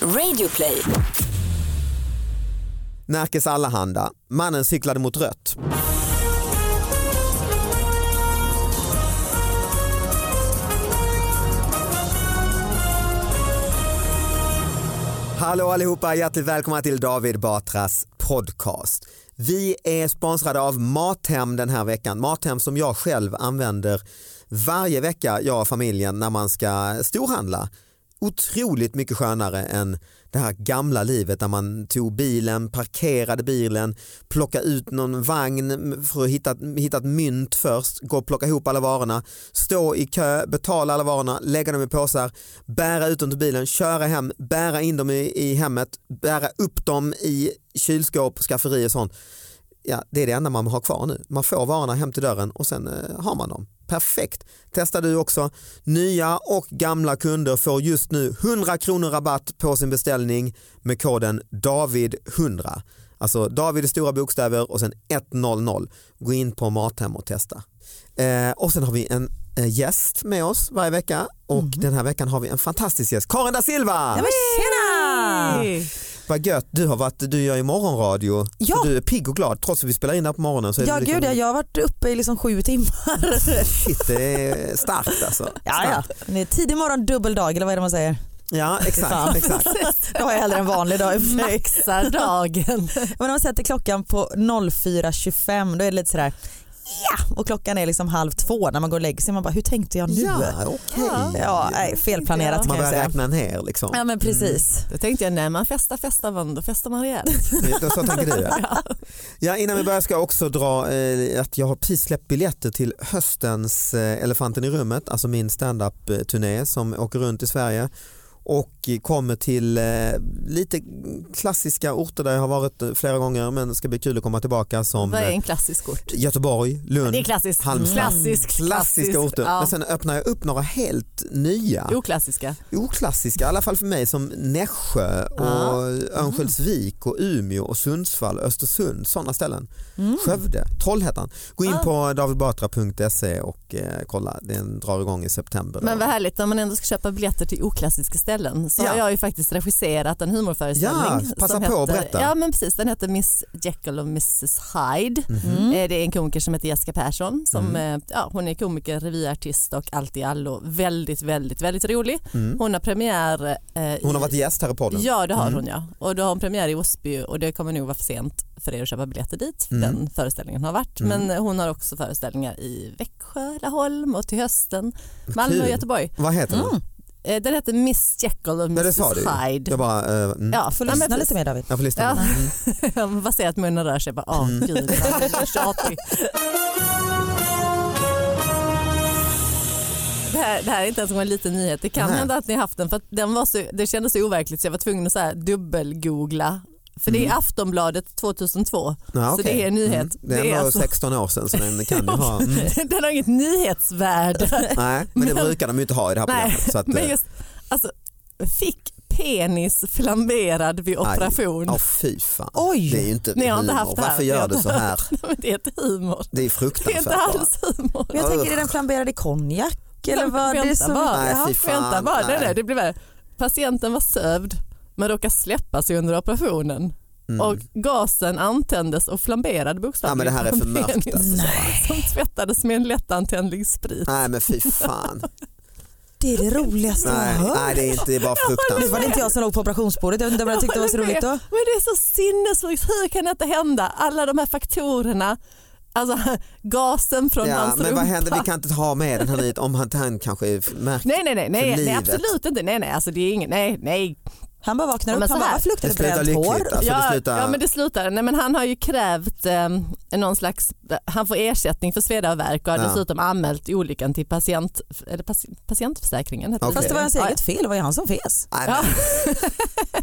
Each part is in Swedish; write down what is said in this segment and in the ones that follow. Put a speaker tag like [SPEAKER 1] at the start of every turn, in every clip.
[SPEAKER 1] Radioplay.
[SPEAKER 2] Närkes Allahanda. Mannen cyklade mot rött. Hallå allihopa, hjärtligt välkomna till David Batras podcast. Vi är sponsrade av Mathem den här veckan. Mathem som jag själv använder varje vecka, jag och familjen, när man ska storhandla. Otroligt mycket skönare än det här gamla livet där man tog bilen, parkerade bilen, plockade ut någon vagn för att hitta, hitta ett mynt först, gå och plocka ihop alla varorna, stå i kö, betala alla varorna, lägga dem i påsar, bära ut dem till bilen, köra hem, bära in dem i, i hemmet, bära upp dem i kylskåp, skafferi och sånt. Ja, det är det enda man har kvar nu. Man får varorna hem till dörren och sen eh, har man dem. Perfekt! Testa du också. Nya och gamla kunder får just nu 100 kronor rabatt på sin beställning med koden DAVID100. Alltså David i stora bokstäver och sen 100. Gå in på Mathem och testa. Eh, och sen har vi en eh, gäst med oss varje vecka och den här veckan har vi en fantastisk gäst, Karin da Silva!
[SPEAKER 3] Ja, men tjena!
[SPEAKER 2] Vad gött, du, har varit, du gör ju morgonradio.
[SPEAKER 3] Ja.
[SPEAKER 2] Så du är pigg och glad trots att vi spelar in det här på morgonen. Så är
[SPEAKER 3] Ja
[SPEAKER 2] du liksom,
[SPEAKER 3] gud ja, jag har varit uppe i liksom sju timmar.
[SPEAKER 2] Shit, det är starkt alltså.
[SPEAKER 3] Ja, ja.
[SPEAKER 2] Starkt.
[SPEAKER 3] Det är Tidig morgon dubbel dag eller vad är det man säger?
[SPEAKER 2] ja
[SPEAKER 3] Fan.
[SPEAKER 2] exakt. exakt.
[SPEAKER 3] Då har jag hellre en vanlig dag i och för sig.
[SPEAKER 4] maxar dagen.
[SPEAKER 3] Men om man sätter klockan på 04.25 då är det lite sådär ja och klockan är liksom halv två när man går och lägger sig. Man bara hur tänkte jag nu?
[SPEAKER 2] Ja, okej.
[SPEAKER 3] ja nej, felplanerat
[SPEAKER 2] Man
[SPEAKER 3] kan jag
[SPEAKER 2] börjar
[SPEAKER 3] säga.
[SPEAKER 2] räkna ner liksom.
[SPEAKER 3] Ja men precis.
[SPEAKER 4] Då Mm. tänkte jag när man festar festar man, då festar man rejält.
[SPEAKER 2] Ja, Så tänker du ja. ja. Innan vi börjar ska jag också dra eh, att jag har precis släppt biljetter till höstens eh, Elefanten i rummet, alltså min stand-up eh, turné som åker runt i Sverige och kommer till eh, lite klassiska orter där jag har varit eh, flera gånger men det ska bli kul att komma tillbaka som
[SPEAKER 4] Vad är
[SPEAKER 2] eh,
[SPEAKER 4] en klassisk ort?
[SPEAKER 2] Göteborg, Lund,
[SPEAKER 4] Det är klassiskt.
[SPEAKER 2] Halmstad.
[SPEAKER 4] Klassisk,
[SPEAKER 2] klassiska orter. Men
[SPEAKER 4] Ja.
[SPEAKER 2] sen öppnar jag upp några helt nya
[SPEAKER 4] Oklassiska.
[SPEAKER 2] oklassiska, i alla fall för mig som Nässjö och
[SPEAKER 4] Ja. Mm.
[SPEAKER 2] Örnsköldsvik och Umeå och Sundsvall, Östersund, sådana ställen.
[SPEAKER 4] Mm.
[SPEAKER 2] Skövde, Trollhättan. Gå in
[SPEAKER 4] Ah.
[SPEAKER 2] på davidbatra.se och eh, kolla, den drar igång i september.
[SPEAKER 4] Men vad härligt när man ändå ska köpa biljetter till oklassiska ställen så
[SPEAKER 2] Ja.
[SPEAKER 4] har jag ju faktiskt regisserat en humorföreställning.
[SPEAKER 2] Ja, passa
[SPEAKER 4] som
[SPEAKER 2] på att
[SPEAKER 4] heter-
[SPEAKER 2] berätta.
[SPEAKER 4] Ja men precis, den heter Miss Jekyll och Mrs Hyde.
[SPEAKER 2] Mhm.
[SPEAKER 4] Eh, Det är en komiker som heter Jessica Persson som eh, ja, hon är komiker, revyartist och allt i allo. Väldigt, väldigt, väldigt rolig. Hon har premiär eh,
[SPEAKER 2] Mm. Hon har
[SPEAKER 4] i-
[SPEAKER 2] varit gäst här i Mhm. podden.
[SPEAKER 4] Ja det har hon ja. Och då har hon premiär i Osby och det kommer nog vara för sent för er att köpa biljetter dit.
[SPEAKER 2] Mhm.
[SPEAKER 4] Den föreställningen har varit. Men hon har också föreställningar i Växjö, Laholm och till hösten Malmö och
[SPEAKER 2] kul.
[SPEAKER 4] Göteborg.
[SPEAKER 2] Vad heter hon?
[SPEAKER 4] Eh, Den heter Miss Jekyll och
[SPEAKER 2] Nej, det
[SPEAKER 4] Mrs
[SPEAKER 2] sa du ju.
[SPEAKER 4] Hyde.
[SPEAKER 2] Jag bara, eh, mm.
[SPEAKER 4] Ja,
[SPEAKER 3] Får
[SPEAKER 4] ja, men
[SPEAKER 3] lyssna
[SPEAKER 4] precis.
[SPEAKER 3] lite mer David.
[SPEAKER 2] Jag får Mm. lyssna.
[SPEAKER 4] Ja.
[SPEAKER 2] på det.
[SPEAKER 4] Jag bara ser att munnen rör sig. Bara, åh,
[SPEAKER 2] Mm.
[SPEAKER 4] gud, han är tjatig. Det här, det här är inte ens en liten nyhet. Det kan
[SPEAKER 2] Nej.
[SPEAKER 4] hända att ni har haft den. För att den var så, det kändes så overkligt så jag var tvungen att så här dubbelgoogla. För det
[SPEAKER 2] Mm.
[SPEAKER 4] är Aftonbladet 2002.
[SPEAKER 2] Ja,
[SPEAKER 4] Så
[SPEAKER 2] okej.
[SPEAKER 4] det är alltså- en
[SPEAKER 2] Mm.
[SPEAKER 4] nyhet.
[SPEAKER 2] Det är ändå 16 år sedan så den kan ju ha. Mm.
[SPEAKER 4] den har inget nyhetsvärde.
[SPEAKER 2] Nej, men det
[SPEAKER 4] Men-
[SPEAKER 2] brukar de ju inte ha i det här
[SPEAKER 4] Nej,
[SPEAKER 2] programmet. Så att,
[SPEAKER 4] men
[SPEAKER 2] eh,
[SPEAKER 4] just, alltså, fick penis flamberad vid
[SPEAKER 2] aj.
[SPEAKER 4] operation.
[SPEAKER 2] Ja, fy fan.
[SPEAKER 3] Oj.
[SPEAKER 2] Det är ju inte
[SPEAKER 4] Ni har inte
[SPEAKER 2] humor.
[SPEAKER 4] haft det här.
[SPEAKER 2] Varför
[SPEAKER 4] Ni har
[SPEAKER 2] gör du
[SPEAKER 4] inte
[SPEAKER 2] så här?
[SPEAKER 4] Nej, men det är ett humor.
[SPEAKER 2] Det är
[SPEAKER 4] Det är
[SPEAKER 2] fruktansvärt.
[SPEAKER 4] inte
[SPEAKER 2] bara.
[SPEAKER 4] alls humor.
[SPEAKER 3] Men jag tänker är den flamberad i konjak? Eller vad det är
[SPEAKER 4] Vänta
[SPEAKER 3] som...
[SPEAKER 4] bara.
[SPEAKER 2] Nej,
[SPEAKER 4] Ja,
[SPEAKER 2] fy fan.
[SPEAKER 4] Vänta bara. Nej.
[SPEAKER 2] Nej.
[SPEAKER 4] Nej, det blev värre. Patienten var sövd men råkade släppa sig under operationen. Och gasen antändes och flamberade
[SPEAKER 2] Mm. Ja, men det
[SPEAKER 4] bokstavligen
[SPEAKER 2] här är för
[SPEAKER 4] en
[SPEAKER 2] mörkt,
[SPEAKER 4] penis
[SPEAKER 2] alltså.
[SPEAKER 4] Som tvättades med en lättantändlig sprit.
[SPEAKER 2] Nej men fy fan.
[SPEAKER 3] Det är det roligaste jag
[SPEAKER 2] Nej,
[SPEAKER 3] har hört.
[SPEAKER 2] nej det är inte det är bara
[SPEAKER 3] Nu var det
[SPEAKER 2] fruktansvärt.
[SPEAKER 3] inte jag som låg på operationsbordet. Jag vet inte om jag tyckte det var så
[SPEAKER 4] Håller
[SPEAKER 3] roligt
[SPEAKER 4] med.
[SPEAKER 3] då.
[SPEAKER 4] Men det är så sinnessjukt. Hur kan detta hända? Alla de här faktorerna. Alltså gasen från
[SPEAKER 2] Ja,
[SPEAKER 4] hans
[SPEAKER 2] men vad händer,
[SPEAKER 4] rumpa.
[SPEAKER 2] vi kan inte ha med den här nyheten om han, han kanske är märkt.
[SPEAKER 4] Nej, nej, nej, nej,
[SPEAKER 2] För
[SPEAKER 4] nej,
[SPEAKER 2] livet.
[SPEAKER 4] absolut inte. Nej, nej, alltså det är ingen, nej, nej,
[SPEAKER 3] Han bara vaknar
[SPEAKER 4] Ja,
[SPEAKER 3] upp.
[SPEAKER 4] men
[SPEAKER 3] Han
[SPEAKER 4] så
[SPEAKER 3] bara,
[SPEAKER 4] här.
[SPEAKER 3] varför luktar
[SPEAKER 2] Det
[SPEAKER 3] det
[SPEAKER 2] slutar
[SPEAKER 3] bränt hår?
[SPEAKER 2] lyckligt. Alltså,
[SPEAKER 4] ja,
[SPEAKER 2] det slutar...
[SPEAKER 4] ja men det slutar. Nej, men han har ju krävt eh, någon slags, han får ersättning för sveda och värk och har
[SPEAKER 2] Ja.
[SPEAKER 4] dessutom anmält olyckan till patient, eller paci- patientförsäkringen. heter
[SPEAKER 2] Okej.
[SPEAKER 3] Fast det var hans
[SPEAKER 4] Ja,
[SPEAKER 3] eget fel. Det var ju han som fes.
[SPEAKER 2] Nej,
[SPEAKER 4] Ja.
[SPEAKER 2] men-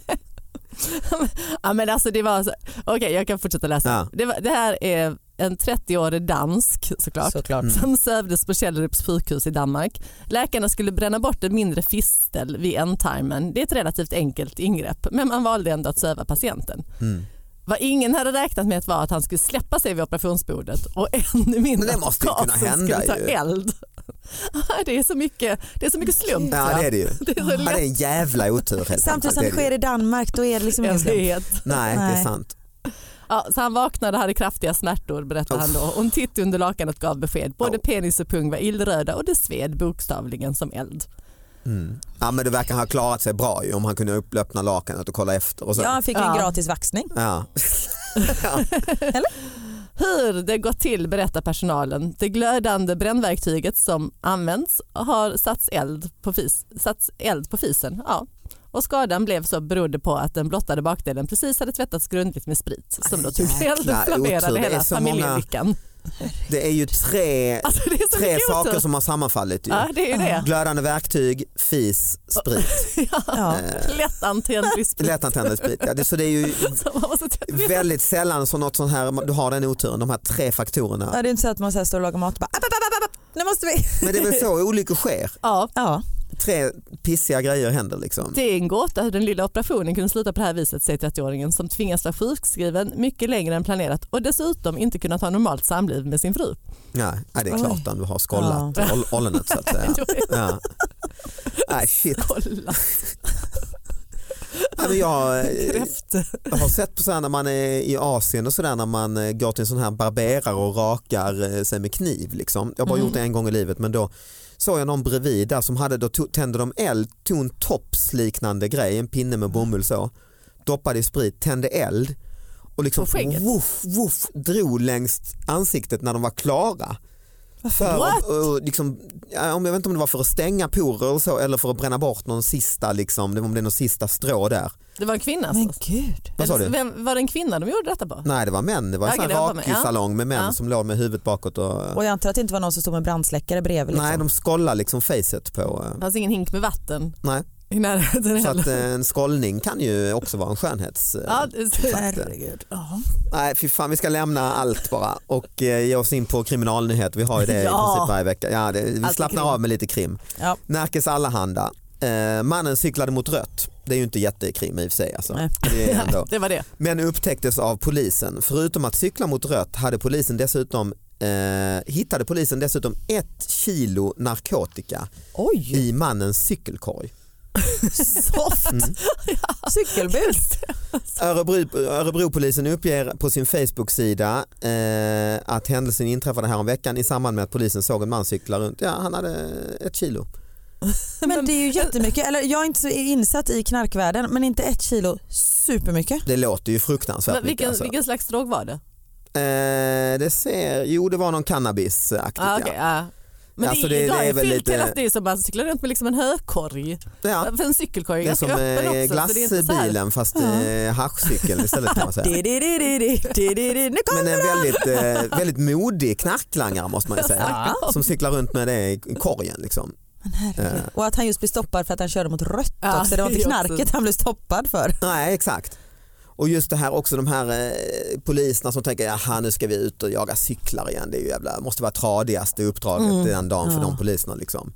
[SPEAKER 4] Ja, men alltså det var, så- okej jag kan fortsätta läsa.
[SPEAKER 2] Ja.
[SPEAKER 4] Det, var, det här är en 30-årig dansk såklart.
[SPEAKER 3] Såklart.
[SPEAKER 2] Mm.
[SPEAKER 4] som sövdes på Källerups sjukhus i Danmark. Läkarna skulle bränna bort en mindre fistel vid ändtarmen. Det är ett relativt enkelt ingrepp men man valde ändå att söva patienten.
[SPEAKER 2] Mm.
[SPEAKER 4] Vad ingen hade räknat med var att han skulle släppa sig vid operationsbordet och ännu mindre
[SPEAKER 2] Men det måste ju
[SPEAKER 4] att
[SPEAKER 2] kunna
[SPEAKER 4] gasen
[SPEAKER 2] hända
[SPEAKER 4] skulle ta
[SPEAKER 2] ju.
[SPEAKER 4] eld. det, är så mycket, det är så mycket slump.
[SPEAKER 2] Ja det är det ju.
[SPEAKER 4] Det är så
[SPEAKER 2] Ja, det är en jävla otur helt
[SPEAKER 3] Samtidigt som det
[SPEAKER 2] enkelt. är
[SPEAKER 3] sker i Danmark då är det liksom ingen
[SPEAKER 4] lätt. Jag
[SPEAKER 3] slump.
[SPEAKER 4] vet.
[SPEAKER 2] Nej, det är
[SPEAKER 3] Nej.
[SPEAKER 2] sant.
[SPEAKER 4] Ja, så han vaknade och hade kraftiga smärtor berättar han då. Och en titt under lakanet gav besked. Både
[SPEAKER 2] Oh.
[SPEAKER 4] penis och pung var illröda och det sved bokstavligen som eld.
[SPEAKER 2] Mm. Ja, men det verkar ha klarat sig bra ju om han kunde upp- öppna lakanet och kolla efter. Och så.
[SPEAKER 3] Ja, han fick ju en
[SPEAKER 4] Ja.
[SPEAKER 3] gratis vaxning.
[SPEAKER 2] Ja.
[SPEAKER 4] Hur det gått till berättar personalen. Det glödande brännverktyget som används har satts eld på, fis, satts eld på fisen. Ja. Och skadan blev så berodde på att den blottade bakdelen precis hade tvättats grundligt med sprit som då tog
[SPEAKER 2] Jäkla
[SPEAKER 4] eld och flammerade
[SPEAKER 2] otur. Det är
[SPEAKER 4] hela
[SPEAKER 2] så många-
[SPEAKER 4] familjelyckan.
[SPEAKER 2] Det är ju tre,
[SPEAKER 4] Alltså, det är så
[SPEAKER 2] tre
[SPEAKER 4] mycket
[SPEAKER 2] saker
[SPEAKER 4] otur.
[SPEAKER 2] som har sammanfallit. Ju.
[SPEAKER 4] Ja, det är ju det.
[SPEAKER 2] Glödande verktyg, fis, sprit.
[SPEAKER 3] Ja.
[SPEAKER 2] Eh,
[SPEAKER 4] Lättantändlig sprit.
[SPEAKER 2] Lättantändlig sprit. Ja, det, så det är ju
[SPEAKER 4] som man måste tvätta.
[SPEAKER 2] väldigt sällan som något sånt här, du har den oturen, de här tre faktorerna.
[SPEAKER 3] Ja, det är inte så att man så här står och lagar mat och bara app, app, app, app, app, nu måste vi.
[SPEAKER 2] Men det är väl så olyckor sker.
[SPEAKER 4] Ja,
[SPEAKER 3] Ja,
[SPEAKER 2] Tre pissiga grejer händer liksom.
[SPEAKER 4] det är en gåta hur den lilla operationen kunde sluta på det här viset säger 30-åringen som tvingas vara sjukskriven mycket längre än planerat och dessutom inte kunnat ha normalt samliv med sin fru.
[SPEAKER 2] Ja, ja, det är
[SPEAKER 3] Oj.
[SPEAKER 2] klart om du har skollat oll- ollonet så att säga. Ja. Nej, shit.
[SPEAKER 4] Kolla.
[SPEAKER 2] Ja, men jag, eh,
[SPEAKER 4] Kräftor.
[SPEAKER 2] Jag har sett på så här när man är i Asien och sådär när man eh, går till en sån här barberare och rakar eh, sig med kniv. Liksom. Jag har bara
[SPEAKER 4] Mm.
[SPEAKER 2] gjort det en gång i livet men då såg jag någon bredvid där som hade, då to- tände de eld, tog en tops liknande grej, en pinne med bomull så, doppade i sprit, tände eld och liksom
[SPEAKER 4] På skägget?
[SPEAKER 2] woof, woof, drog längs ansiktet när de var klara. För
[SPEAKER 4] What?
[SPEAKER 2] att, och liksom, ja, om jag vet inte om det var för att stänga porer eller så eller för att bränna bort någon sista, liksom, det var om det är någon sista strå där.
[SPEAKER 4] Det var en kvinna
[SPEAKER 3] men
[SPEAKER 4] alltså?
[SPEAKER 3] gud.
[SPEAKER 2] Vad sa
[SPEAKER 4] Eller
[SPEAKER 2] du?
[SPEAKER 4] Vem, var det en kvinna de gjorde detta på?
[SPEAKER 2] Nej det var män, det var en
[SPEAKER 4] Okej,
[SPEAKER 2] sån
[SPEAKER 4] det var
[SPEAKER 2] här
[SPEAKER 4] män. Ja.
[SPEAKER 2] raksalong med män
[SPEAKER 4] Ja.
[SPEAKER 2] som låg med huvudet bakåt och,
[SPEAKER 3] Och jag antar att det inte var någon som stod med brandsläckare bredvid. Liksom.
[SPEAKER 2] nej de skollade liksom facet på. eh,
[SPEAKER 4] Det fanns ingen hink med vatten
[SPEAKER 2] Nej.
[SPEAKER 4] i närheten
[SPEAKER 2] Så att
[SPEAKER 4] heller.
[SPEAKER 2] eh, en skollning kan ju också vara en skönhets... eh,
[SPEAKER 4] Ja, det-
[SPEAKER 3] Herregud. Ja.
[SPEAKER 2] Nej fy fan vi ska lämna allt bara och eh, ge oss in på kriminalnyhet. Vi har ju det
[SPEAKER 4] Ja.
[SPEAKER 2] i princip varje vecka. Ja, det, vi
[SPEAKER 4] Alltid
[SPEAKER 2] slappnar
[SPEAKER 4] krim.
[SPEAKER 2] av med lite krim.
[SPEAKER 3] Ja.
[SPEAKER 2] Närkes Allahanda. Eh, mannen cyklade mot rött. Det är ju inte jättekrim i och för sig. Alltså.
[SPEAKER 3] Nej.
[SPEAKER 2] Det är ändå.
[SPEAKER 4] det var det.
[SPEAKER 2] Men upptäcktes av polisen. Förutom att cykla mot rött hade polisen dessutom eh, hittade polisen dessutom ett kilo narkotika
[SPEAKER 3] Oj,
[SPEAKER 2] i mannens cykelkorg.
[SPEAKER 3] soft.
[SPEAKER 2] Mm.
[SPEAKER 3] Cykelbud.
[SPEAKER 2] Örebro, Örebropolisen uppger på sin Facebook-sida eh, att händelsen inträffade häromveckan i samband med att polisen såg en man cykla runt. Ja, han hade ett kilo.
[SPEAKER 3] Men det är ju jättemycket. Eller, jag är inte så insatt i knarkvärlden men inte ett kilo supermycket.
[SPEAKER 2] Det låter ju fruktansvärt
[SPEAKER 4] Men
[SPEAKER 2] mycket.
[SPEAKER 4] vilken,
[SPEAKER 2] Alltså.
[SPEAKER 4] vilken slags drog var det?
[SPEAKER 2] Eh, det ser, jo, det var någon cannabisaktigt.
[SPEAKER 4] Ah, okay, ja. Men
[SPEAKER 2] Alltså,
[SPEAKER 4] det,
[SPEAKER 2] det-
[SPEAKER 4] idag
[SPEAKER 2] det är
[SPEAKER 4] är
[SPEAKER 2] väl lite-
[SPEAKER 4] fyllkalas det är som att cykla runt med liksom en hökorg.
[SPEAKER 2] ja. Ja.
[SPEAKER 4] För en cykelkorg är
[SPEAKER 2] Det är
[SPEAKER 4] ganska
[SPEAKER 2] som
[SPEAKER 4] öppen
[SPEAKER 2] eh,
[SPEAKER 4] också. så
[SPEAKER 2] glass
[SPEAKER 4] det är
[SPEAKER 2] i
[SPEAKER 4] inte så här-
[SPEAKER 2] bilen fast eh, haschcykeln istället kan man säga.
[SPEAKER 3] Di, di, di, di, di, di, di, di. Nu
[SPEAKER 2] Men
[SPEAKER 3] kommer
[SPEAKER 2] en väldigt, eh, väldigt modig knarklangare måste man ju säga.
[SPEAKER 4] Ja.
[SPEAKER 2] Som cyklar runt med det i korgen. Liksom.
[SPEAKER 3] Herregud. Och att han just blev stoppad för att han körde mot rött
[SPEAKER 4] Ja,
[SPEAKER 3] också. Det var inte
[SPEAKER 4] det är
[SPEAKER 3] knarket
[SPEAKER 4] också-
[SPEAKER 3] han blev stoppad för.
[SPEAKER 2] Nej exakt. Och just det här också de här eh, poliserna som tänker jaha nu ska vi ut och jaga cyklar igen. Det är ju jävla, måste vara tradigaste uppdraget
[SPEAKER 4] Mm.
[SPEAKER 2] den dagen för
[SPEAKER 3] Ja.
[SPEAKER 2] de poliserna. Liksom.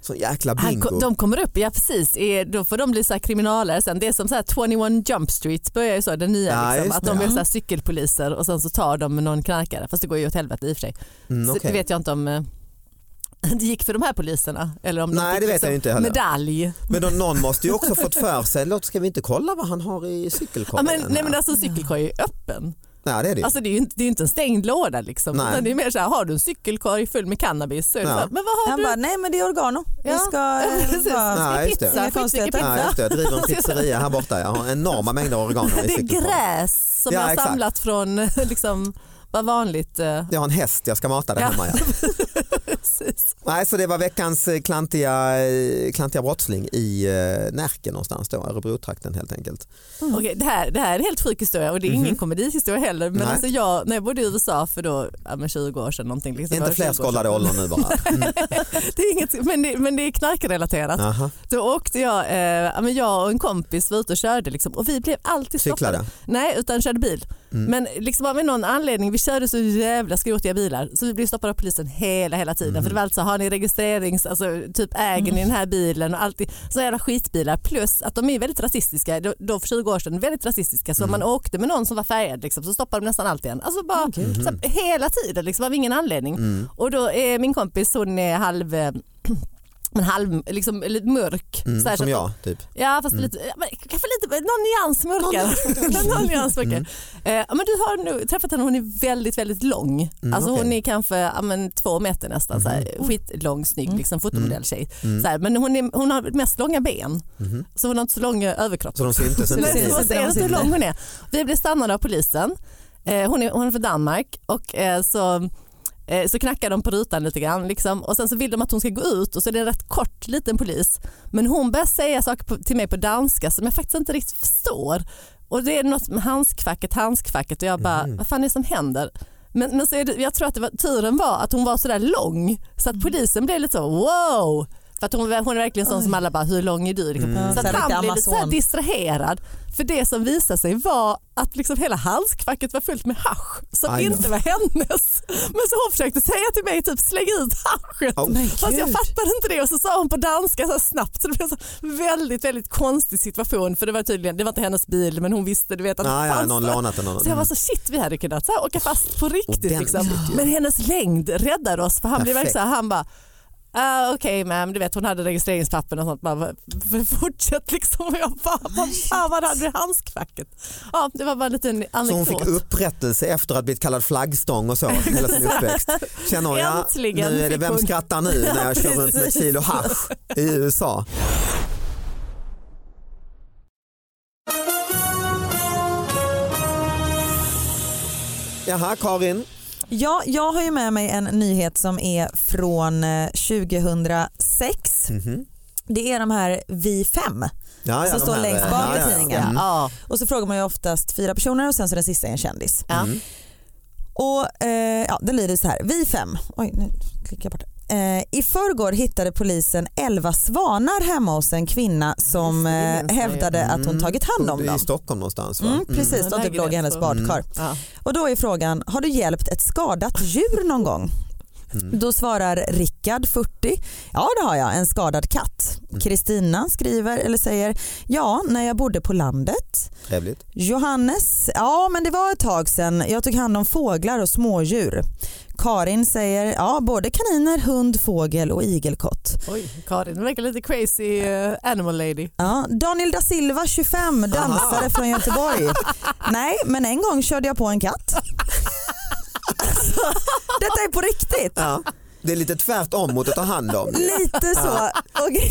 [SPEAKER 2] Så jäkla
[SPEAKER 4] Han,
[SPEAKER 2] bingo.
[SPEAKER 4] ko- de kommer upp, ja precis, Eh, då får de bli så här kriminalare sen. Det är som så här 21 Jump Street börjar ju så, den nya
[SPEAKER 2] Ja,
[SPEAKER 4] liksom,
[SPEAKER 2] just
[SPEAKER 4] att
[SPEAKER 2] det,
[SPEAKER 4] de är
[SPEAKER 2] ja.
[SPEAKER 4] så här cykelpoliser och sen så tar de någon knarkare. Fast det går ju åt helvete i och för sig.
[SPEAKER 2] mm,
[SPEAKER 4] Så
[SPEAKER 2] okej.
[SPEAKER 4] Det vet jag inte om eh, det gick för de här poliserna eller om
[SPEAKER 2] Nej,
[SPEAKER 4] de liksom
[SPEAKER 2] det vet jag ju inte heller.
[SPEAKER 4] medalj.
[SPEAKER 2] Men då, någon måste ju också fått för sig, låt ska vi inte kolla vad han har i
[SPEAKER 4] Ja,
[SPEAKER 2] cykelkorgen?
[SPEAKER 4] men, nej
[SPEAKER 2] här?
[SPEAKER 4] men alltså cykelkorg är öppen.
[SPEAKER 2] ja, det är det ju.
[SPEAKER 4] Alltså det är ju inte, det är ju inte en stängd låda liksom.
[SPEAKER 2] Nej.
[SPEAKER 4] Utan det är mer så här, har du en cykelkorg full med cannabis så är det
[SPEAKER 2] Ja.
[SPEAKER 4] så här, men vad har
[SPEAKER 3] Han
[SPEAKER 4] du?
[SPEAKER 3] bara, nej men det är organo. Vi
[SPEAKER 4] Ja.
[SPEAKER 3] ska... eh,
[SPEAKER 4] Precis.
[SPEAKER 3] bara-
[SPEAKER 2] Ja, just det.
[SPEAKER 4] Pizza,
[SPEAKER 3] Inga
[SPEAKER 4] skitmycket
[SPEAKER 3] konstigheter.
[SPEAKER 2] Ja,
[SPEAKER 4] pizza.
[SPEAKER 2] just det. Jag driver en pizzeria här borta. Jag har enorma mängder oregano i
[SPEAKER 4] Det är
[SPEAKER 2] cykelkorgen.
[SPEAKER 4] gräs som
[SPEAKER 2] Ja,
[SPEAKER 4] jag har
[SPEAKER 2] exakt.
[SPEAKER 4] samlat från liksom, vad vanligt. eh,
[SPEAKER 2] Jag har en häst jag ska mata där
[SPEAKER 4] Ja.
[SPEAKER 2] hemma. Ja.
[SPEAKER 4] Precis.
[SPEAKER 2] Nej, så det var veckans eh, klantiga, eh, klantiga brottsling i eh, Närke någonstans då, Örebrotrakten helt enkelt.
[SPEAKER 4] Alltså, Okej, det, här, det här är en helt sjuk historia och det är ingen
[SPEAKER 2] Mm. Mhm.
[SPEAKER 4] komedihistoria heller. Men
[SPEAKER 2] Nej.
[SPEAKER 4] alltså jag, när jag bodde i USA för då, ja, men 20 år sedan någonting. Liksom,
[SPEAKER 2] Inte
[SPEAKER 4] jag var
[SPEAKER 2] fler
[SPEAKER 4] 20 år
[SPEAKER 2] skållade
[SPEAKER 4] sedan.
[SPEAKER 2] ollon nu bara. Mm.
[SPEAKER 4] Det är inget, men, det, men det är knarkrelaterat.
[SPEAKER 2] Aha.
[SPEAKER 4] Då åkte jag, eh, ja, men jag och en kompis var ute och körde liksom, och vi blev alltid stoppade.
[SPEAKER 2] Cyklade.
[SPEAKER 4] Nej, utan körde bil.
[SPEAKER 2] Mm.
[SPEAKER 4] Men
[SPEAKER 2] Mhm.
[SPEAKER 4] liksom av någon anledning, vi körde så jävla skrotiga bilar så vi blev stoppade av polisen hela, hela tiden. För det var alltså, har ni registrerings, alltså typ äger
[SPEAKER 2] Mm.
[SPEAKER 4] ni den här bilen och allt. Sådana jävla skitbilar. Plus att de är väldigt rasistiska, då, då för 20 år sedan, väldigt rasistiska. Så
[SPEAKER 2] Mm.
[SPEAKER 4] om man åkte med någon som var färgad liksom, så stoppade de nästan alltid en. Alltså bara så
[SPEAKER 2] Mhm.
[SPEAKER 4] här, hela tiden liksom, av ingen anledning.
[SPEAKER 2] Mm.
[SPEAKER 4] Och då är min kompis, hon är halv eh, men halv, liksom lite mörk.
[SPEAKER 2] Mm,
[SPEAKER 4] så här,
[SPEAKER 2] som
[SPEAKER 4] så-
[SPEAKER 2] jag, typ.
[SPEAKER 4] Ja fast lite, ja, men kanske lite, eh, någon nyans mörkare. någon nyans mörkare.
[SPEAKER 2] Mm.
[SPEAKER 4] Eh, men du har nu träffat henne, hon är väldigt väldigt lång.
[SPEAKER 2] Mm,
[SPEAKER 4] alltså hon
[SPEAKER 2] okej. Mm.
[SPEAKER 4] är kanske ja, men, två meter nästan, så här, skitlång, snygg, liksom, fotomodell tjej. Så här, men hon, är, hon har mest långa ben, så hon har inte så lång eh, överkropp.
[SPEAKER 2] Mhm. Så de syntes inte.
[SPEAKER 4] Nej,
[SPEAKER 3] Precis,
[SPEAKER 4] så man
[SPEAKER 3] inte
[SPEAKER 4] ser inte hur
[SPEAKER 3] någonsin.
[SPEAKER 4] lång hon är. Vi blev stannade av polisen. Eh, hon, är, hon är från Danmark och eh, så, eh, så knackar de på rutan lite grann liksom. och sen så vill de att hon ska gå ut och så är det en rätt kort liten polis. Men hon börjar säga saker på, till mig på danska som jag faktiskt inte riktigt förstår. Och det är något med handskfacket, handskfacket och jag bara, vad fan är det som händer? Men, men så är det, jag tror att det var, turen var att hon var sådär lång så
[SPEAKER 3] Mm.
[SPEAKER 4] att polisen blev lite så wow. För att hon, hon är verkligen sån som alla bara, hur lång är du? Liksom. Så
[SPEAKER 3] Så här
[SPEAKER 4] att
[SPEAKER 3] lite
[SPEAKER 4] han blev lite så här
[SPEAKER 3] Mm. Amazon.
[SPEAKER 4] distraherad. För det som visade sig var att liksom hela halskvacket var fullt med hasch som
[SPEAKER 2] Aj då.
[SPEAKER 4] inte var hennes. Men så hon försökte säga till mig typ släng ut haschet.
[SPEAKER 2] Oh.
[SPEAKER 3] Men
[SPEAKER 4] Fast jag
[SPEAKER 3] gud.
[SPEAKER 4] fattade inte det och så sa hon på danska så här snabbt så det blev en så väldigt väldigt konstig situation för det var tydligen, det var inte hennes bil men hon visste du vet att
[SPEAKER 2] Ah,
[SPEAKER 4] det
[SPEAKER 2] ja,
[SPEAKER 4] fanns
[SPEAKER 2] någon
[SPEAKER 4] där.
[SPEAKER 2] lånat den. av
[SPEAKER 3] Alltså,
[SPEAKER 2] Någon.
[SPEAKER 4] Så jag
[SPEAKER 3] mm.
[SPEAKER 4] var så shit vi hade kunnat så här, åka fast på riktigt.
[SPEAKER 2] Ordentligt
[SPEAKER 4] Liksom.
[SPEAKER 2] ju.
[SPEAKER 4] Men hennes längd räddade oss för han blev
[SPEAKER 2] Perfekt.
[SPEAKER 4] verkligen så här, han bara Uh, Okej ma'am, du vet hon hade registreringspappen och sånt. Bara, "Va- v- fortsätt liksom. Och jag bara, vad fan vad hade du i handskfacket? Ja, det var bara en liten
[SPEAKER 2] Så hon
[SPEAKER 4] anekdot.
[SPEAKER 2] fick upprättelse efter att blivit kallad flaggstång och så hela sin uppväxt. Känner hon, ja,
[SPEAKER 4] Äntligen
[SPEAKER 2] nu är det
[SPEAKER 4] fick
[SPEAKER 2] vem
[SPEAKER 4] hon-
[SPEAKER 2] skrattar nu när jag kör runt med ett kilo hasch i USA. Jaha, Karin.
[SPEAKER 3] Ja, jag har ju med mig en nyhet som är från eh, 2006.
[SPEAKER 2] Mhm.
[SPEAKER 3] Det är de här Vi fem.
[SPEAKER 2] Ja,
[SPEAKER 3] Som
[SPEAKER 2] de
[SPEAKER 3] står
[SPEAKER 2] här,
[SPEAKER 3] längst
[SPEAKER 2] eh,
[SPEAKER 3] bak i
[SPEAKER 2] ja, ja, ja.
[SPEAKER 3] tidningen.
[SPEAKER 2] Mm.
[SPEAKER 4] Ja,
[SPEAKER 3] Och så frågar man ju oftast fyra personer och sen så den sista är en kändis.
[SPEAKER 4] ja.
[SPEAKER 3] Och eh, ja, Den lyder så här. Vi fem. Oj, nu klickar jag bort. det. Eh, I förrgår hittade polisen elva svanar hemma hos en kvinna som
[SPEAKER 4] Just det, det
[SPEAKER 3] eh,
[SPEAKER 4] minns jag ju.
[SPEAKER 3] hävdade att hon
[SPEAKER 2] Mm.
[SPEAKER 3] tågit hand om
[SPEAKER 2] I
[SPEAKER 3] dem.
[SPEAKER 2] Stockholm någonstans va?
[SPEAKER 3] Mm, precis,
[SPEAKER 4] Mm.
[SPEAKER 3] de typ låg i hennes badkar.
[SPEAKER 4] ja.
[SPEAKER 3] Och då är frågan, har du hjälpt ett skadat djur någon gång?
[SPEAKER 2] Mm.
[SPEAKER 3] Då svarar Rickard, 40. Ja det har jag, en skadad katt.
[SPEAKER 4] Mm.
[SPEAKER 3] Kristina skriver eller säger ja när jag bodde på landet.
[SPEAKER 2] Mm. Trevligt.
[SPEAKER 3] Johannes, ja men det var ett tag sedan. Jag tog hand om fåglar och smådjur. Karin säger ja både kaniner, hund, fågel och igelkott.
[SPEAKER 4] Oj, Karin du verkar lite crazy eh, animal lady.
[SPEAKER 3] Ja, Daniel da Silva 25, dansare från Göteborg. Nej, men en gång körde jag på en katt. Alltså, detta är på riktigt.
[SPEAKER 2] Ja. Det är lite tvärtom mot att ta hand om.
[SPEAKER 3] Lite så. Okej.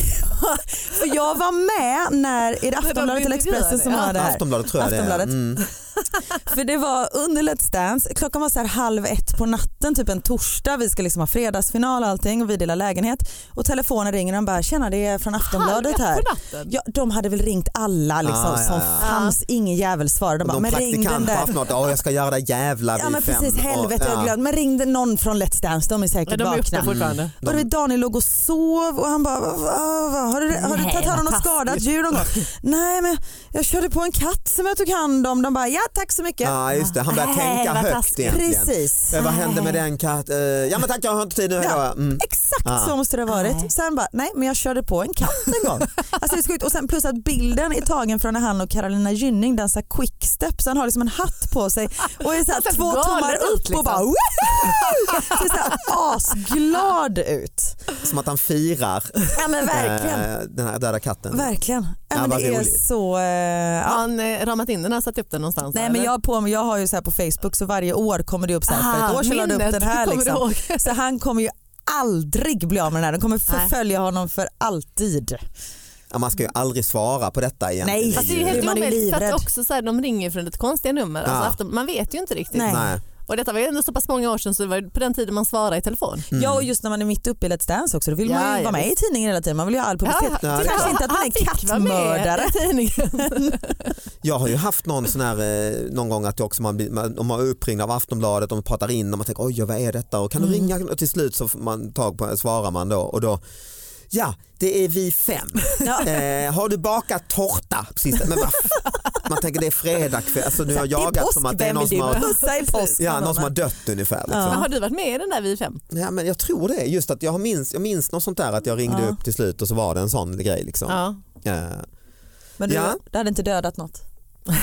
[SPEAKER 3] För jag var med när, är det Aftonbladet eller Expressen som har det här?
[SPEAKER 2] Aftonbladet tror jag det är.
[SPEAKER 3] Aftonbladet.
[SPEAKER 2] Mm.
[SPEAKER 3] För det var under Let's Dance, klockan var så här halv ett på natten, typ en torsdag, vi ska liksom ha fredagsfinal och allting och vi delar lägenhet och telefonen ringer och de bara tjena det är från Aftonbladet här.
[SPEAKER 4] På natten.
[SPEAKER 3] Ja, de hade väl ringt alla liksom,
[SPEAKER 2] Ah, ja,
[SPEAKER 3] som
[SPEAKER 2] ja.
[SPEAKER 3] fanns, ingen jävel svarade. De
[SPEAKER 2] Och
[SPEAKER 3] bara,
[SPEAKER 2] någon
[SPEAKER 3] men ring den
[SPEAKER 2] praktikant på
[SPEAKER 3] där.
[SPEAKER 2] Aftonbladet, ja jag ska göra det jävla
[SPEAKER 3] Ja
[SPEAKER 2] vid
[SPEAKER 3] men
[SPEAKER 2] fem.
[SPEAKER 3] precis,
[SPEAKER 2] Och-
[SPEAKER 3] helvete jag
[SPEAKER 2] ja.
[SPEAKER 3] har glömt. Men ringde någon från Let's Dance, de är
[SPEAKER 4] Ja,
[SPEAKER 3] säkert
[SPEAKER 4] De är uppe
[SPEAKER 3] vakna.
[SPEAKER 4] fortfarande.
[SPEAKER 3] Och det var Daniel låg och sov och han bara, "Va, va, va, har du, har du
[SPEAKER 4] Nej,
[SPEAKER 3] tagit hand om
[SPEAKER 4] vad
[SPEAKER 3] något skadat
[SPEAKER 4] taskigt."
[SPEAKER 3] djur någon gång? Nej men jag körde på en katt som jag tog hand om. De bara, ja tack så mycket.
[SPEAKER 2] Ja just det, han börjar
[SPEAKER 4] Nej,
[SPEAKER 2] tänka
[SPEAKER 4] vad
[SPEAKER 2] högt
[SPEAKER 4] taskigt.
[SPEAKER 2] egentligen.
[SPEAKER 3] Ah, Precis. Ah.
[SPEAKER 2] Eh, Vad hände med den katten? Ja men tack jag har inte tid nu, hejdå.
[SPEAKER 3] Ja.
[SPEAKER 2] Mm.
[SPEAKER 3] Exakt
[SPEAKER 2] Ah.
[SPEAKER 3] så måste det ha varit.
[SPEAKER 4] Nej.
[SPEAKER 3] Sen bara, nej men jag körde på en katt en gång. alltså, det är så sjukt. och sen plus att bilden är tagen från när han och Carolina Gynning dansar quickstep så han har liksom en hatt på sig och är så här
[SPEAKER 4] Det ser
[SPEAKER 3] två
[SPEAKER 4] galet
[SPEAKER 3] tummar
[SPEAKER 4] ut,
[SPEAKER 3] upp och
[SPEAKER 4] liksom.
[SPEAKER 3] bara woho! Ser så här asglad ut.
[SPEAKER 2] Som att han firar
[SPEAKER 3] Ja men verkligen.
[SPEAKER 2] eh, den här döda katten.
[SPEAKER 3] Verkligen. Ja,
[SPEAKER 2] Ja,
[SPEAKER 3] men
[SPEAKER 2] vad
[SPEAKER 3] det är
[SPEAKER 2] roligt. Alltså,
[SPEAKER 3] så... eh,
[SPEAKER 4] Har
[SPEAKER 3] ja.
[SPEAKER 4] han eh, ramat in den här, satt upp den någonstans?
[SPEAKER 3] Nej
[SPEAKER 4] eller?
[SPEAKER 3] men jag, på, jag har ju så här på Facebook så varje år kommer det upp så här, för ett år sedan la du upp
[SPEAKER 4] minnet,
[SPEAKER 3] den här
[SPEAKER 4] kommer du
[SPEAKER 3] liksom.
[SPEAKER 4] ihåg?
[SPEAKER 3] Så han kommer ju aldrig bli av med den här. Den kommer förfölja honom för alltid.
[SPEAKER 2] Ja, man ska ju aldrig svara på detta egentligen.
[SPEAKER 3] Nej.
[SPEAKER 4] Fast det är ju helt
[SPEAKER 3] Mm. Man är ju
[SPEAKER 4] omöjligt för
[SPEAKER 3] livrädd.
[SPEAKER 4] att också så här, de ringer från ett konstigt nummer.
[SPEAKER 2] Ja.
[SPEAKER 4] Alltså, afton- man vet ju inte riktigt.
[SPEAKER 3] Nej.
[SPEAKER 2] Nej.
[SPEAKER 4] Och detta var ju ändå så pass många år sedan så det var ju på den tiden man svarade i telefon.
[SPEAKER 2] Mm.
[SPEAKER 3] Ja och just när man är mitt uppe i Let's Dance också då vill
[SPEAKER 4] Ja,
[SPEAKER 3] man ju
[SPEAKER 4] ja,
[SPEAKER 3] vara med i tidningen hela tiden. Man vill ju ha all publicitet.
[SPEAKER 2] Ja,
[SPEAKER 3] det
[SPEAKER 2] ja.
[SPEAKER 3] kanske inte att man är kattmördare.
[SPEAKER 2] Jag har ju haft någon sån här eh, någon gång att jag också man, blir- man, om man är uppringd av Aftonbladet och man pratar in och man tänker oj vad är detta och kan du ringa och till slut så får man tag på svarar man då och då Ja, det är vi fem.
[SPEAKER 3] Ja.
[SPEAKER 2] Eh, har du bakat tårta? Precis, men vad f- man tänker det är fredag kväll, alltså, nu har jag
[SPEAKER 1] Det är
[SPEAKER 2] jagat
[SPEAKER 1] påsk,
[SPEAKER 2] som att det är
[SPEAKER 1] vem
[SPEAKER 2] någon
[SPEAKER 1] vill
[SPEAKER 2] som har,
[SPEAKER 3] Pussa i påsk.
[SPEAKER 2] ja, någon som har dött ungefär. Liksom.
[SPEAKER 4] Men Har du varit med i den där Vi fem?
[SPEAKER 2] Ja, men jag tror det, just att jag, har minns, jag minns något sånt där att jag ringde
[SPEAKER 3] Ja.
[SPEAKER 2] upp till slut och så var det en sån grej. Liksom.
[SPEAKER 4] Ja.
[SPEAKER 2] Eh,
[SPEAKER 3] Men du,
[SPEAKER 2] Ja.
[SPEAKER 3] du hade inte dödat något?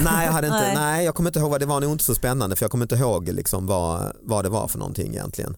[SPEAKER 2] nej, jag hade inte,
[SPEAKER 3] Nej.
[SPEAKER 2] nej. jag kommer inte ihåg vad det var, nog inte så spännande för jag kommer inte ihåg liksom, vad, vad det var för någonting egentligen.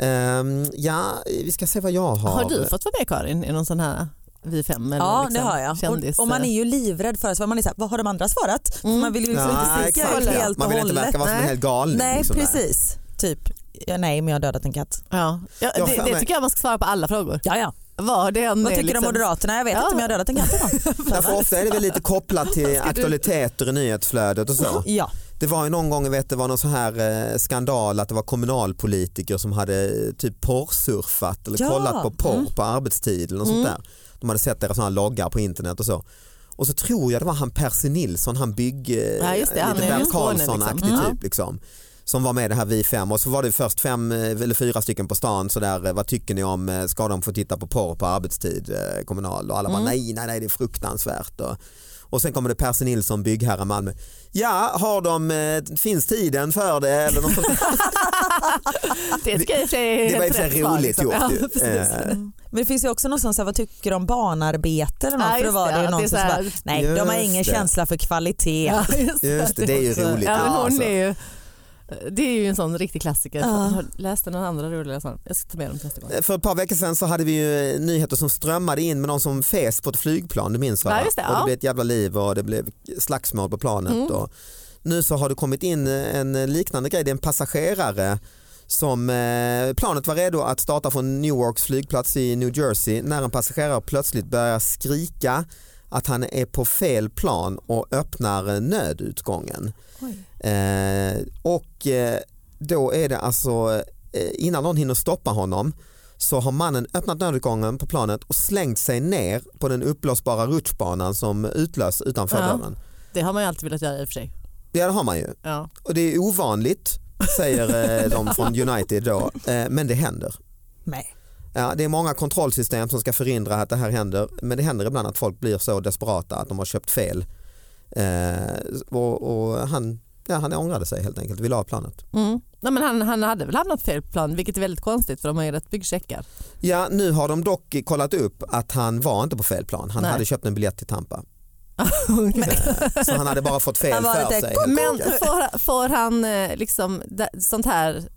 [SPEAKER 2] Ehm, ja, vi ska se vad jag har.
[SPEAKER 4] Har du fått vara med Karin i någon sån här Vi fem? eller
[SPEAKER 3] Ja
[SPEAKER 4] liksom
[SPEAKER 3] det har jag.
[SPEAKER 4] Kändis,
[SPEAKER 3] Och, och man är ju livrädd för det. så man är så här, vad har de andra svarat?
[SPEAKER 4] Mm.
[SPEAKER 3] Man vill ju liksom
[SPEAKER 2] eh. Ja,
[SPEAKER 3] inte
[SPEAKER 2] exakt,
[SPEAKER 3] sticka ut
[SPEAKER 2] ja.
[SPEAKER 3] helt
[SPEAKER 2] Man vill
[SPEAKER 3] och
[SPEAKER 2] inte
[SPEAKER 3] hållet.
[SPEAKER 2] verka vara som en hel galning.
[SPEAKER 3] Nej
[SPEAKER 2] liksom, där.
[SPEAKER 3] precis. Typ, ja, nej men jag har dödat en katt.
[SPEAKER 4] Ja. Ja,
[SPEAKER 2] Jag
[SPEAKER 4] det,
[SPEAKER 2] för
[SPEAKER 4] det
[SPEAKER 2] mig-
[SPEAKER 4] tycker jag man ska svara på alla frågor.
[SPEAKER 3] Ja, ja.
[SPEAKER 4] Vad, det än
[SPEAKER 3] Vad
[SPEAKER 4] är,
[SPEAKER 3] tycker
[SPEAKER 4] liksom.
[SPEAKER 3] du om Moderaterna? Jag vet
[SPEAKER 4] Ja.
[SPEAKER 3] inte om jag har dödat en katt idag.
[SPEAKER 2] Därför ofta är det väl lite kopplat till aktualiteter i nyhetsflödet och så.
[SPEAKER 3] Ja.
[SPEAKER 2] Det var ju någon gång vet, det var någon så här eh, skandal att det var kommunalpolitiker som hade eh, typ porrsurfat eller
[SPEAKER 3] Ja.
[SPEAKER 2] kollat på porr på arbetstid eller något sånt där. De hade sett deras såna här loggar på internet och så. Och så tror jag det var han Percy Nilsson, han bygg, eh,
[SPEAKER 4] Ja, just det, han
[SPEAKER 2] lite
[SPEAKER 4] är
[SPEAKER 2] Bert
[SPEAKER 4] ju Skåne,
[SPEAKER 2] Karlsson-aktig
[SPEAKER 4] liksom. Mm.
[SPEAKER 2] typ. Liksom, som var med i det här Vi fem och så var det först fem eh, eller fyra stycken på stan sådär, eh, vad tycker ni om, eh, ska de få titta på porr på arbetstid eh, kommunal? Och alla
[SPEAKER 4] Mm.
[SPEAKER 2] bara nej, nej, nej det är fruktansvärt. Och, och sen kommer det Percy Nilsson, byggherre Malmö. Ja, har de, eh, finns tiden för det? Eller något sånt.
[SPEAKER 4] Det, tycker jag i och för sig är
[SPEAKER 2] Det var i och
[SPEAKER 4] helt
[SPEAKER 2] för sig
[SPEAKER 4] rätt svar,
[SPEAKER 2] roligt
[SPEAKER 4] liksom.
[SPEAKER 2] gjort.
[SPEAKER 4] Ja,
[SPEAKER 2] ju.
[SPEAKER 4] precis.
[SPEAKER 2] Eh,
[SPEAKER 3] Men det finns ju också någon som säger vad tycker du om barnarbete eller något?
[SPEAKER 4] Ja,
[SPEAKER 3] för då
[SPEAKER 4] just
[SPEAKER 3] var
[SPEAKER 4] det,
[SPEAKER 3] det ju
[SPEAKER 4] att
[SPEAKER 3] någon
[SPEAKER 4] det är
[SPEAKER 3] som
[SPEAKER 4] så här-
[SPEAKER 3] bara, nej de har
[SPEAKER 2] Just
[SPEAKER 3] ingen
[SPEAKER 2] det.
[SPEAKER 3] känsla för kvalitet.
[SPEAKER 4] Ja, just
[SPEAKER 2] Just det, det är ju
[SPEAKER 4] också.
[SPEAKER 2] roligt.
[SPEAKER 4] Ja, men
[SPEAKER 2] Ja,
[SPEAKER 4] hon
[SPEAKER 2] alltså.
[SPEAKER 4] är ju, det är ju en sån riktig klassiker.
[SPEAKER 3] Ja.
[SPEAKER 4] Jag läste någon andra rolig sån. Jag ska ta med dem till nästa gång.
[SPEAKER 2] För ett par veckor sedan så hade vi ju eh, nyheter som strömmade in med någon som fes på ett flygplan, du minns va?
[SPEAKER 4] Ja, just det,
[SPEAKER 2] och det
[SPEAKER 4] ja. Mm.
[SPEAKER 2] blev ett jävla liv och det blev slagsmål på planet. Och nu så har det kommit in eh, en liknande grej, det är en passagerare som eh, planet var redo att starta från Newarks flygplats i New Jersey när en passagerare plötsligt börjar skrika att han är på fel plan och öppnar eh, nödutgången. Eh, och eh, då är det alltså eh, innan någon hinner stoppa honom så har mannen öppnat nödutgången på planet och slängt sig ner på den uppblåsbara rutschbanan som utlös utanför
[SPEAKER 4] Ja.
[SPEAKER 2] dörren.
[SPEAKER 4] Det har man ju alltid velat göra i och för sig.
[SPEAKER 2] Ja det har man ju
[SPEAKER 4] Ja.
[SPEAKER 2] och det är ovanligt säger eh, de från United då eh, men det händer.
[SPEAKER 3] Nej.
[SPEAKER 2] Ja, det är många kontrollsystem som ska förhindra att det här händer men det händer ibland att folk blir så desperata att de har köpt fel. Eh, och, och han, ja, han ångrade sig helt enkelt, ville ha planet.
[SPEAKER 4] Mm. Nej, men han, han hade väl hamnat på fel plan vilket är väldigt konstigt för de har ju rätt byggcheckar.
[SPEAKER 2] Ja, nu har de dock kollat upp att han var inte på fel plan. Han
[SPEAKER 4] Nej.
[SPEAKER 2] hade köpt en biljett till Tampa. Eh, Så han hade bara fått fel
[SPEAKER 3] Han var
[SPEAKER 2] för
[SPEAKER 3] lite-
[SPEAKER 2] sig. helt
[SPEAKER 4] Men
[SPEAKER 2] enkelt.
[SPEAKER 4] får, får han eh, liksom, da- sånt här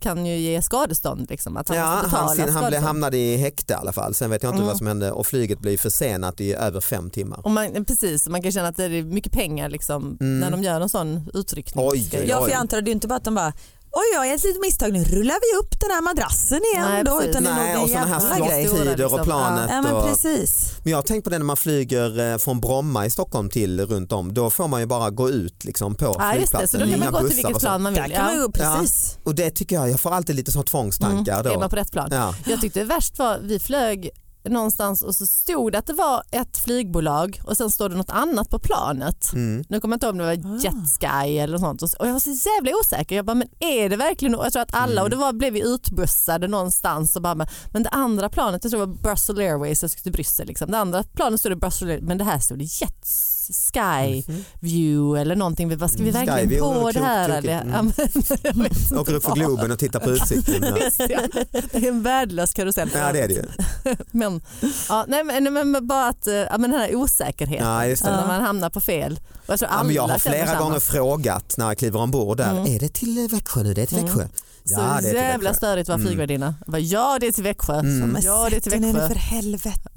[SPEAKER 4] kan ju ge skadestånd liksom. Att han
[SPEAKER 2] Ja,
[SPEAKER 4] måste betala
[SPEAKER 2] han, sin, han blev,
[SPEAKER 4] skadestånd.
[SPEAKER 2] hamnade i häkte i alla fall. Sen vet jag inte
[SPEAKER 4] Mm.
[SPEAKER 2] vad som hände och flyget blev försenat i över fem timmar.
[SPEAKER 4] Och man, precis, man kan känna att det är mycket pengar liksom,
[SPEAKER 2] Mm.
[SPEAKER 4] när de gör en sån utryckning.
[SPEAKER 2] Oj, oj,
[SPEAKER 3] Ja
[SPEAKER 2] oj.
[SPEAKER 3] för jag antar att det är inte bara att de bara Oj, oj, ett litet misstag. Nu rullar vi upp den här madrassen igen
[SPEAKER 4] Nej,
[SPEAKER 3] då.
[SPEAKER 4] precis.
[SPEAKER 3] Utan det är
[SPEAKER 2] Nej,
[SPEAKER 3] nog
[SPEAKER 2] och
[SPEAKER 3] en
[SPEAKER 2] sådana här
[SPEAKER 3] jävla grej.
[SPEAKER 2] slottider och
[SPEAKER 4] liksom.
[SPEAKER 2] planet.
[SPEAKER 3] Ja, men
[SPEAKER 2] och,
[SPEAKER 3] precis.
[SPEAKER 2] men jag har tänkt på det när man flyger eh, från Bromma i Stockholm till runt om. Då får man ju bara gå ut liksom på
[SPEAKER 4] Ja, just det, så
[SPEAKER 2] flygplatsen.
[SPEAKER 4] då kan
[SPEAKER 2] Inga
[SPEAKER 4] man gå till
[SPEAKER 2] bussar och
[SPEAKER 4] vilket
[SPEAKER 2] så.
[SPEAKER 4] plan man
[SPEAKER 3] Där
[SPEAKER 4] vill.
[SPEAKER 3] kan man
[SPEAKER 4] Ja.
[SPEAKER 3] ju, precis.
[SPEAKER 2] Och det tycker jag, jag får alltid lite sån tvångstankar
[SPEAKER 4] Mm, Är
[SPEAKER 2] då.
[SPEAKER 4] man på rätt plan?
[SPEAKER 2] Ja.
[SPEAKER 4] Jag tyckte värst var vi flög någonstans och så stod det att det var ett flygbolag och sen står det något annat på planet.
[SPEAKER 2] Mm.
[SPEAKER 4] Nu kommer jag inte ihåg om det var JetSky eller något sånt. Och så- Och jag var så jävla osäker. Jag bara, men är det verkligen? Och jag tror att alla,
[SPEAKER 2] Mm.
[SPEAKER 4] och då var, blev vi utbussade någonstans och bara, men- men det andra planet, jag tror det var Brussels Airways, jag skulle till Bryssel liksom. Det andra planet stod det Brussels Airways, men det här stod det JetSky View eller någonting. Vi bara, ska vi
[SPEAKER 2] Mm.
[SPEAKER 4] verkligen
[SPEAKER 2] Skyview,
[SPEAKER 4] på
[SPEAKER 2] klokt,
[SPEAKER 4] det här?
[SPEAKER 2] tokigt.
[SPEAKER 4] eller?
[SPEAKER 2] Mm.
[SPEAKER 4] Ja, men, jag vet inte
[SPEAKER 2] Åker upp för
[SPEAKER 4] vad.
[SPEAKER 2] Globen och tittar på utsikten. Ja.
[SPEAKER 4] Det är en värdelös karusell.
[SPEAKER 2] Ja det är det ju.
[SPEAKER 4] Men, ja, nej, men, nej, men bara att, eh, ja, men den här osäkerheten
[SPEAKER 2] Ja, just det.
[SPEAKER 4] när man hamnar på fel. Och jag, tror
[SPEAKER 2] Ja, men jag
[SPEAKER 4] alla
[SPEAKER 2] har
[SPEAKER 4] känner
[SPEAKER 2] flera
[SPEAKER 4] samma.
[SPEAKER 2] gånger frågat när jag kliver ombord där,
[SPEAKER 4] Mm.
[SPEAKER 2] är det till eh, Växjö nu? Det är till
[SPEAKER 4] Mm.
[SPEAKER 2] Växjö. Ja,
[SPEAKER 4] så
[SPEAKER 2] det är till
[SPEAKER 4] jävla
[SPEAKER 2] Växjö.
[SPEAKER 4] störigt var
[SPEAKER 2] Mm.
[SPEAKER 4] flygvärdinna. Jag bara, Ja det är till Växjö.
[SPEAKER 2] Mm.
[SPEAKER 3] Men
[SPEAKER 4] Ja det är till
[SPEAKER 3] sätt er ner nu
[SPEAKER 4] Växjö.
[SPEAKER 3] för helvete.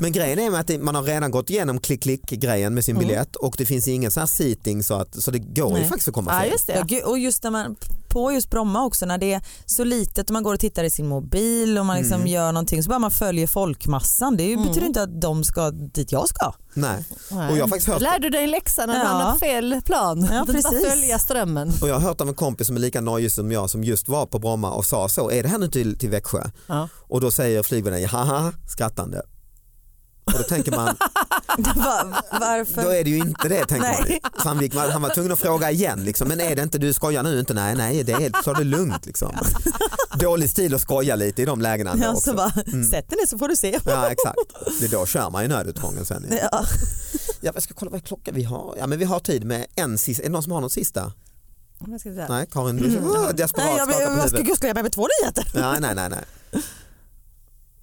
[SPEAKER 2] Men grejen är med att det- man har redan gått igenom klick-klick-grejen med sin
[SPEAKER 4] Mm.
[SPEAKER 2] biljett och det finns ingen sån här seating så, att, så det går ju
[SPEAKER 3] Nej.
[SPEAKER 2] faktiskt att komma
[SPEAKER 4] Ja
[SPEAKER 2] fel.
[SPEAKER 4] just
[SPEAKER 3] Ja,
[SPEAKER 4] det.
[SPEAKER 3] gud, och just när man, på just Bromma också när det är så litet och man går och tittar i sin mobil och man liksom
[SPEAKER 2] Mm.
[SPEAKER 3] gör någonting så bara man följer folkmassan. Det är ju-
[SPEAKER 4] Mm.
[SPEAKER 3] betyder inte att de ska dit jag ska.
[SPEAKER 2] Nej.
[SPEAKER 4] Nej.
[SPEAKER 2] Och jag har faktiskt hört
[SPEAKER 4] Lär du dig en läxa när du
[SPEAKER 3] Ja.
[SPEAKER 4] hamnar på fel plan?
[SPEAKER 3] Ja,
[SPEAKER 4] det är bara
[SPEAKER 3] precis.
[SPEAKER 4] följa strömmen.
[SPEAKER 2] och jag har hört av en kompis som är lika nojig som jag som just var på Bromma och sa så, är det här nu till, till Växjö?
[SPEAKER 4] Ja.
[SPEAKER 2] Och då säger flygvärdinnan haha skrattande. Och då tänker man,
[SPEAKER 3] Va- varför?
[SPEAKER 2] då är det ju inte det tänker man.
[SPEAKER 3] Nej.
[SPEAKER 2] Så han, gick, han var tvungen att fråga igen, liksom, men är det inte, du skojar nu inte, nej nej, det är, ta det lugnt liksom. Dålig stil att skoja lite i de lägena ändå
[SPEAKER 3] Ja,
[SPEAKER 2] också. Mm.
[SPEAKER 3] så bara, Sätt dig ner så får du se.
[SPEAKER 2] Ja exakt, det är då kör man ju nödutgången sen. ju.
[SPEAKER 3] Ja.
[SPEAKER 2] Ja, jag ska kolla vad klockan vi har. Ja, men vi har tid med en sista. Är det någon som har något sista?
[SPEAKER 4] Om jag ska säga.
[SPEAKER 2] Nej, Karin du oh, desperat
[SPEAKER 3] Mm. Nej, jag,
[SPEAKER 2] skakar
[SPEAKER 3] jag,
[SPEAKER 2] på
[SPEAKER 3] jag ska,
[SPEAKER 2] huvudet.
[SPEAKER 3] gud, skulle jag med mig två nyheter?
[SPEAKER 2] Nej, nej, nej. nej.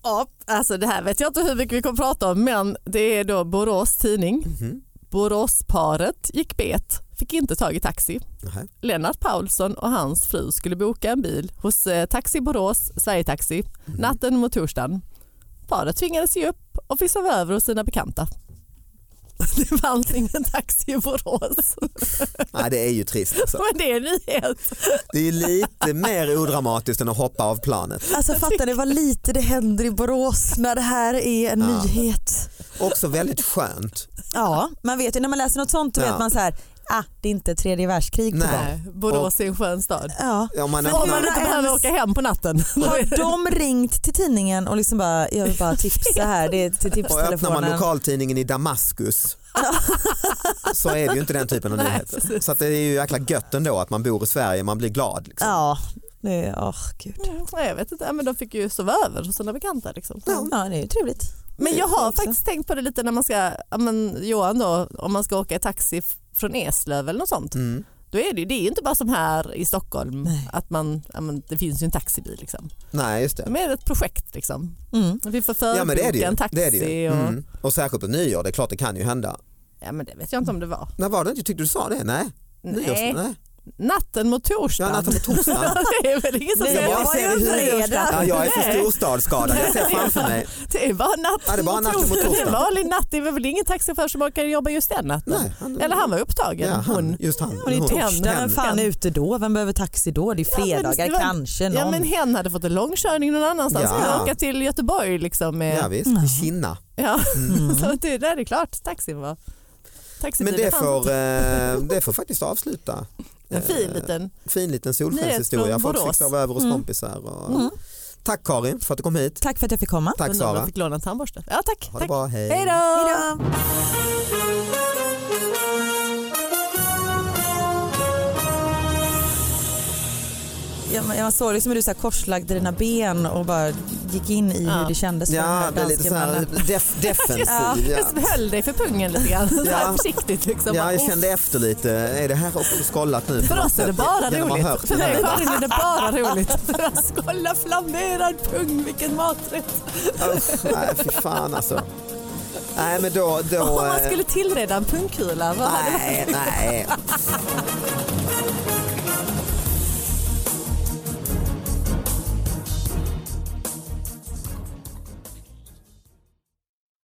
[SPEAKER 4] Ja, alltså det här vet jag inte hur mycket vi kommer prata om men det är då Borås tidning.
[SPEAKER 2] Mhm.
[SPEAKER 4] Boråsparet gick bet, fick inte tag i taxi.
[SPEAKER 2] Nähä.
[SPEAKER 4] Lennart Paulsson och hans fru skulle boka en bil hos eh, Taxi Borås, Sverigetaxi,
[SPEAKER 3] Mm.
[SPEAKER 4] natten mot torsdagen. Paret tvingades ge upp och fick sova över hos sina bekanta. Det fanns ingen taxi i Borås.
[SPEAKER 2] nej, det är ju trist. Alltså.
[SPEAKER 4] Men det är en nyhet.
[SPEAKER 2] Det är lite mer odramatiskt än att hoppa av planet.
[SPEAKER 3] Alltså fattar ni vad lite det händer i Borås när det här är en
[SPEAKER 2] Ja.
[SPEAKER 3] nyhet?
[SPEAKER 2] Också väldigt skönt.
[SPEAKER 3] Ja, man vet ju när man läser något sånt då
[SPEAKER 2] Ja.
[SPEAKER 3] vet man så här, ah, det är inte tredje världskrig på
[SPEAKER 2] Nej.
[SPEAKER 3] gång.
[SPEAKER 4] Nej, Borås är en skön stad.
[SPEAKER 3] Ja.
[SPEAKER 2] Om man
[SPEAKER 4] Om
[SPEAKER 3] hur
[SPEAKER 4] man
[SPEAKER 2] öppnar,
[SPEAKER 3] är
[SPEAKER 4] inte behöver
[SPEAKER 3] ens-
[SPEAKER 4] åka hem på natten.
[SPEAKER 3] Har de ringt till tidningen och liksom bara, jag vill bara tipsa här, det är till
[SPEAKER 2] och öppnar man
[SPEAKER 3] tipstelefonen.
[SPEAKER 2] lokaltidningen i Damaskus så är det ju inte den typen av
[SPEAKER 4] Nej,
[SPEAKER 2] nyheter.
[SPEAKER 4] precis.
[SPEAKER 2] Så att det är ju jäkla gött ändå att man bor i Sverige, man blir glad. Liksom.
[SPEAKER 3] Ja, det är, åh gud.
[SPEAKER 4] Nej, jag vet inte, Ja, men de fick ju sova över hos sina bekanta. Liksom.
[SPEAKER 3] Ja, det är ju trevligt.
[SPEAKER 4] Men jag har
[SPEAKER 3] Också.
[SPEAKER 4] faktiskt tänkt på det lite när man ska, ja, men Johan då, om man ska åka i taxi f- från Eslöv eller något sånt.
[SPEAKER 2] Mm.
[SPEAKER 4] Då är det ju, det är ju inte bara som här i Stockholm,
[SPEAKER 3] Nej.
[SPEAKER 4] att man, ja, men det finns ju en taxibil liksom.
[SPEAKER 2] Nej, just det.
[SPEAKER 4] Men är det ett projekt liksom.
[SPEAKER 3] Mm.
[SPEAKER 4] Vi får
[SPEAKER 2] Ja, men det är det
[SPEAKER 4] förboka
[SPEAKER 2] ju.
[SPEAKER 4] en taxi
[SPEAKER 2] Det är det ju.
[SPEAKER 4] och,
[SPEAKER 2] Mm. och särskilt på nyår, det är klart det kan ju hända.
[SPEAKER 4] ja men det vet jag inte om det var.
[SPEAKER 2] När var det inte? Tyckte du sa det? Nej. Nyårs-
[SPEAKER 4] Nej,
[SPEAKER 2] Nej.
[SPEAKER 4] natten mot torsdagen.
[SPEAKER 2] Ja, natten på torsdagen.
[SPEAKER 4] det är väl ingen som
[SPEAKER 3] Nej,
[SPEAKER 4] säger
[SPEAKER 3] jag
[SPEAKER 4] det.
[SPEAKER 3] var ju inte redan.
[SPEAKER 2] Ja, jag är för
[SPEAKER 4] Nej.
[SPEAKER 2] storstadsskadad, jag ser
[SPEAKER 4] Nej.
[SPEAKER 2] framför mig.
[SPEAKER 4] Det är bara natten
[SPEAKER 2] Ja, det är bara natten
[SPEAKER 4] mot
[SPEAKER 2] mot
[SPEAKER 4] torsdagen. Det är en
[SPEAKER 2] torsdagen.
[SPEAKER 4] vanlig natt, det är väl ingen taxichaufför som orkar jobba just den natten.
[SPEAKER 2] Nej, han-
[SPEAKER 4] Eller han var upptagen,
[SPEAKER 2] Ja, han,
[SPEAKER 4] hon.
[SPEAKER 2] just han.
[SPEAKER 4] det är torsdag,
[SPEAKER 3] Vem
[SPEAKER 4] men
[SPEAKER 3] fan är ute då? Vem behöver taxi då? Det är
[SPEAKER 4] men
[SPEAKER 3] fredagar
[SPEAKER 4] det var-
[SPEAKER 3] kanske. Någon.
[SPEAKER 4] Ja men hen hade fått en lång körning någon annanstans.
[SPEAKER 2] Ja.
[SPEAKER 4] Ja. Hon åka till Göteborg liksom. Med,
[SPEAKER 2] Ja,
[SPEAKER 4] ja.
[SPEAKER 2] visst. Kina.
[SPEAKER 4] Så att det, där är klart, taxin var. Taxin
[SPEAKER 2] Men det får, eh, det får faktiskt avsluta.
[SPEAKER 4] En fin
[SPEAKER 2] Eh,
[SPEAKER 4] liten.
[SPEAKER 2] fin liten
[SPEAKER 4] Nyhet
[SPEAKER 2] solskenshistoria.
[SPEAKER 4] från
[SPEAKER 2] Folk fick
[SPEAKER 4] Borås.
[SPEAKER 2] sova över hos
[SPEAKER 3] Mm.
[SPEAKER 2] kompisar. Och... Tack Karin för att du kom hit.
[SPEAKER 3] Tack för att jag fick komma.
[SPEAKER 2] Tack
[SPEAKER 4] Undrar om jag
[SPEAKER 2] Sara.
[SPEAKER 4] fick låna en tandborste. Ja tack.
[SPEAKER 2] Ha det
[SPEAKER 4] tack.
[SPEAKER 2] bra,
[SPEAKER 4] Hej då.
[SPEAKER 3] Jag, jag såg liksom hur du så här korslagde dina ben och bara gick in i
[SPEAKER 4] Ja.
[SPEAKER 3] hur det kändes för den
[SPEAKER 2] Ja,
[SPEAKER 3] här
[SPEAKER 2] det är lite så
[SPEAKER 3] danske
[SPEAKER 2] här
[SPEAKER 3] mannen.
[SPEAKER 2] def- defensiv.
[SPEAKER 3] Ja.
[SPEAKER 2] ja.
[SPEAKER 4] Jag höll dig för pungen lite grann. Så här
[SPEAKER 2] Ja.
[SPEAKER 4] försiktigt liksom.
[SPEAKER 2] Ja,
[SPEAKER 4] Bara,
[SPEAKER 2] jag
[SPEAKER 4] "Oh,
[SPEAKER 2] kände efter lite. Är det här också skollat nu?
[SPEAKER 4] För oss är det bara roligt. För mig Karin är det bara roligt. För oss, kolla flamberad pung, vilken maträtt.
[SPEAKER 2] Usch, nej, fy fan alltså. Nej, men då... då
[SPEAKER 4] Om man
[SPEAKER 2] eh,
[SPEAKER 4] skulle tillreda en pungkula, vad hade
[SPEAKER 2] Nej, nej.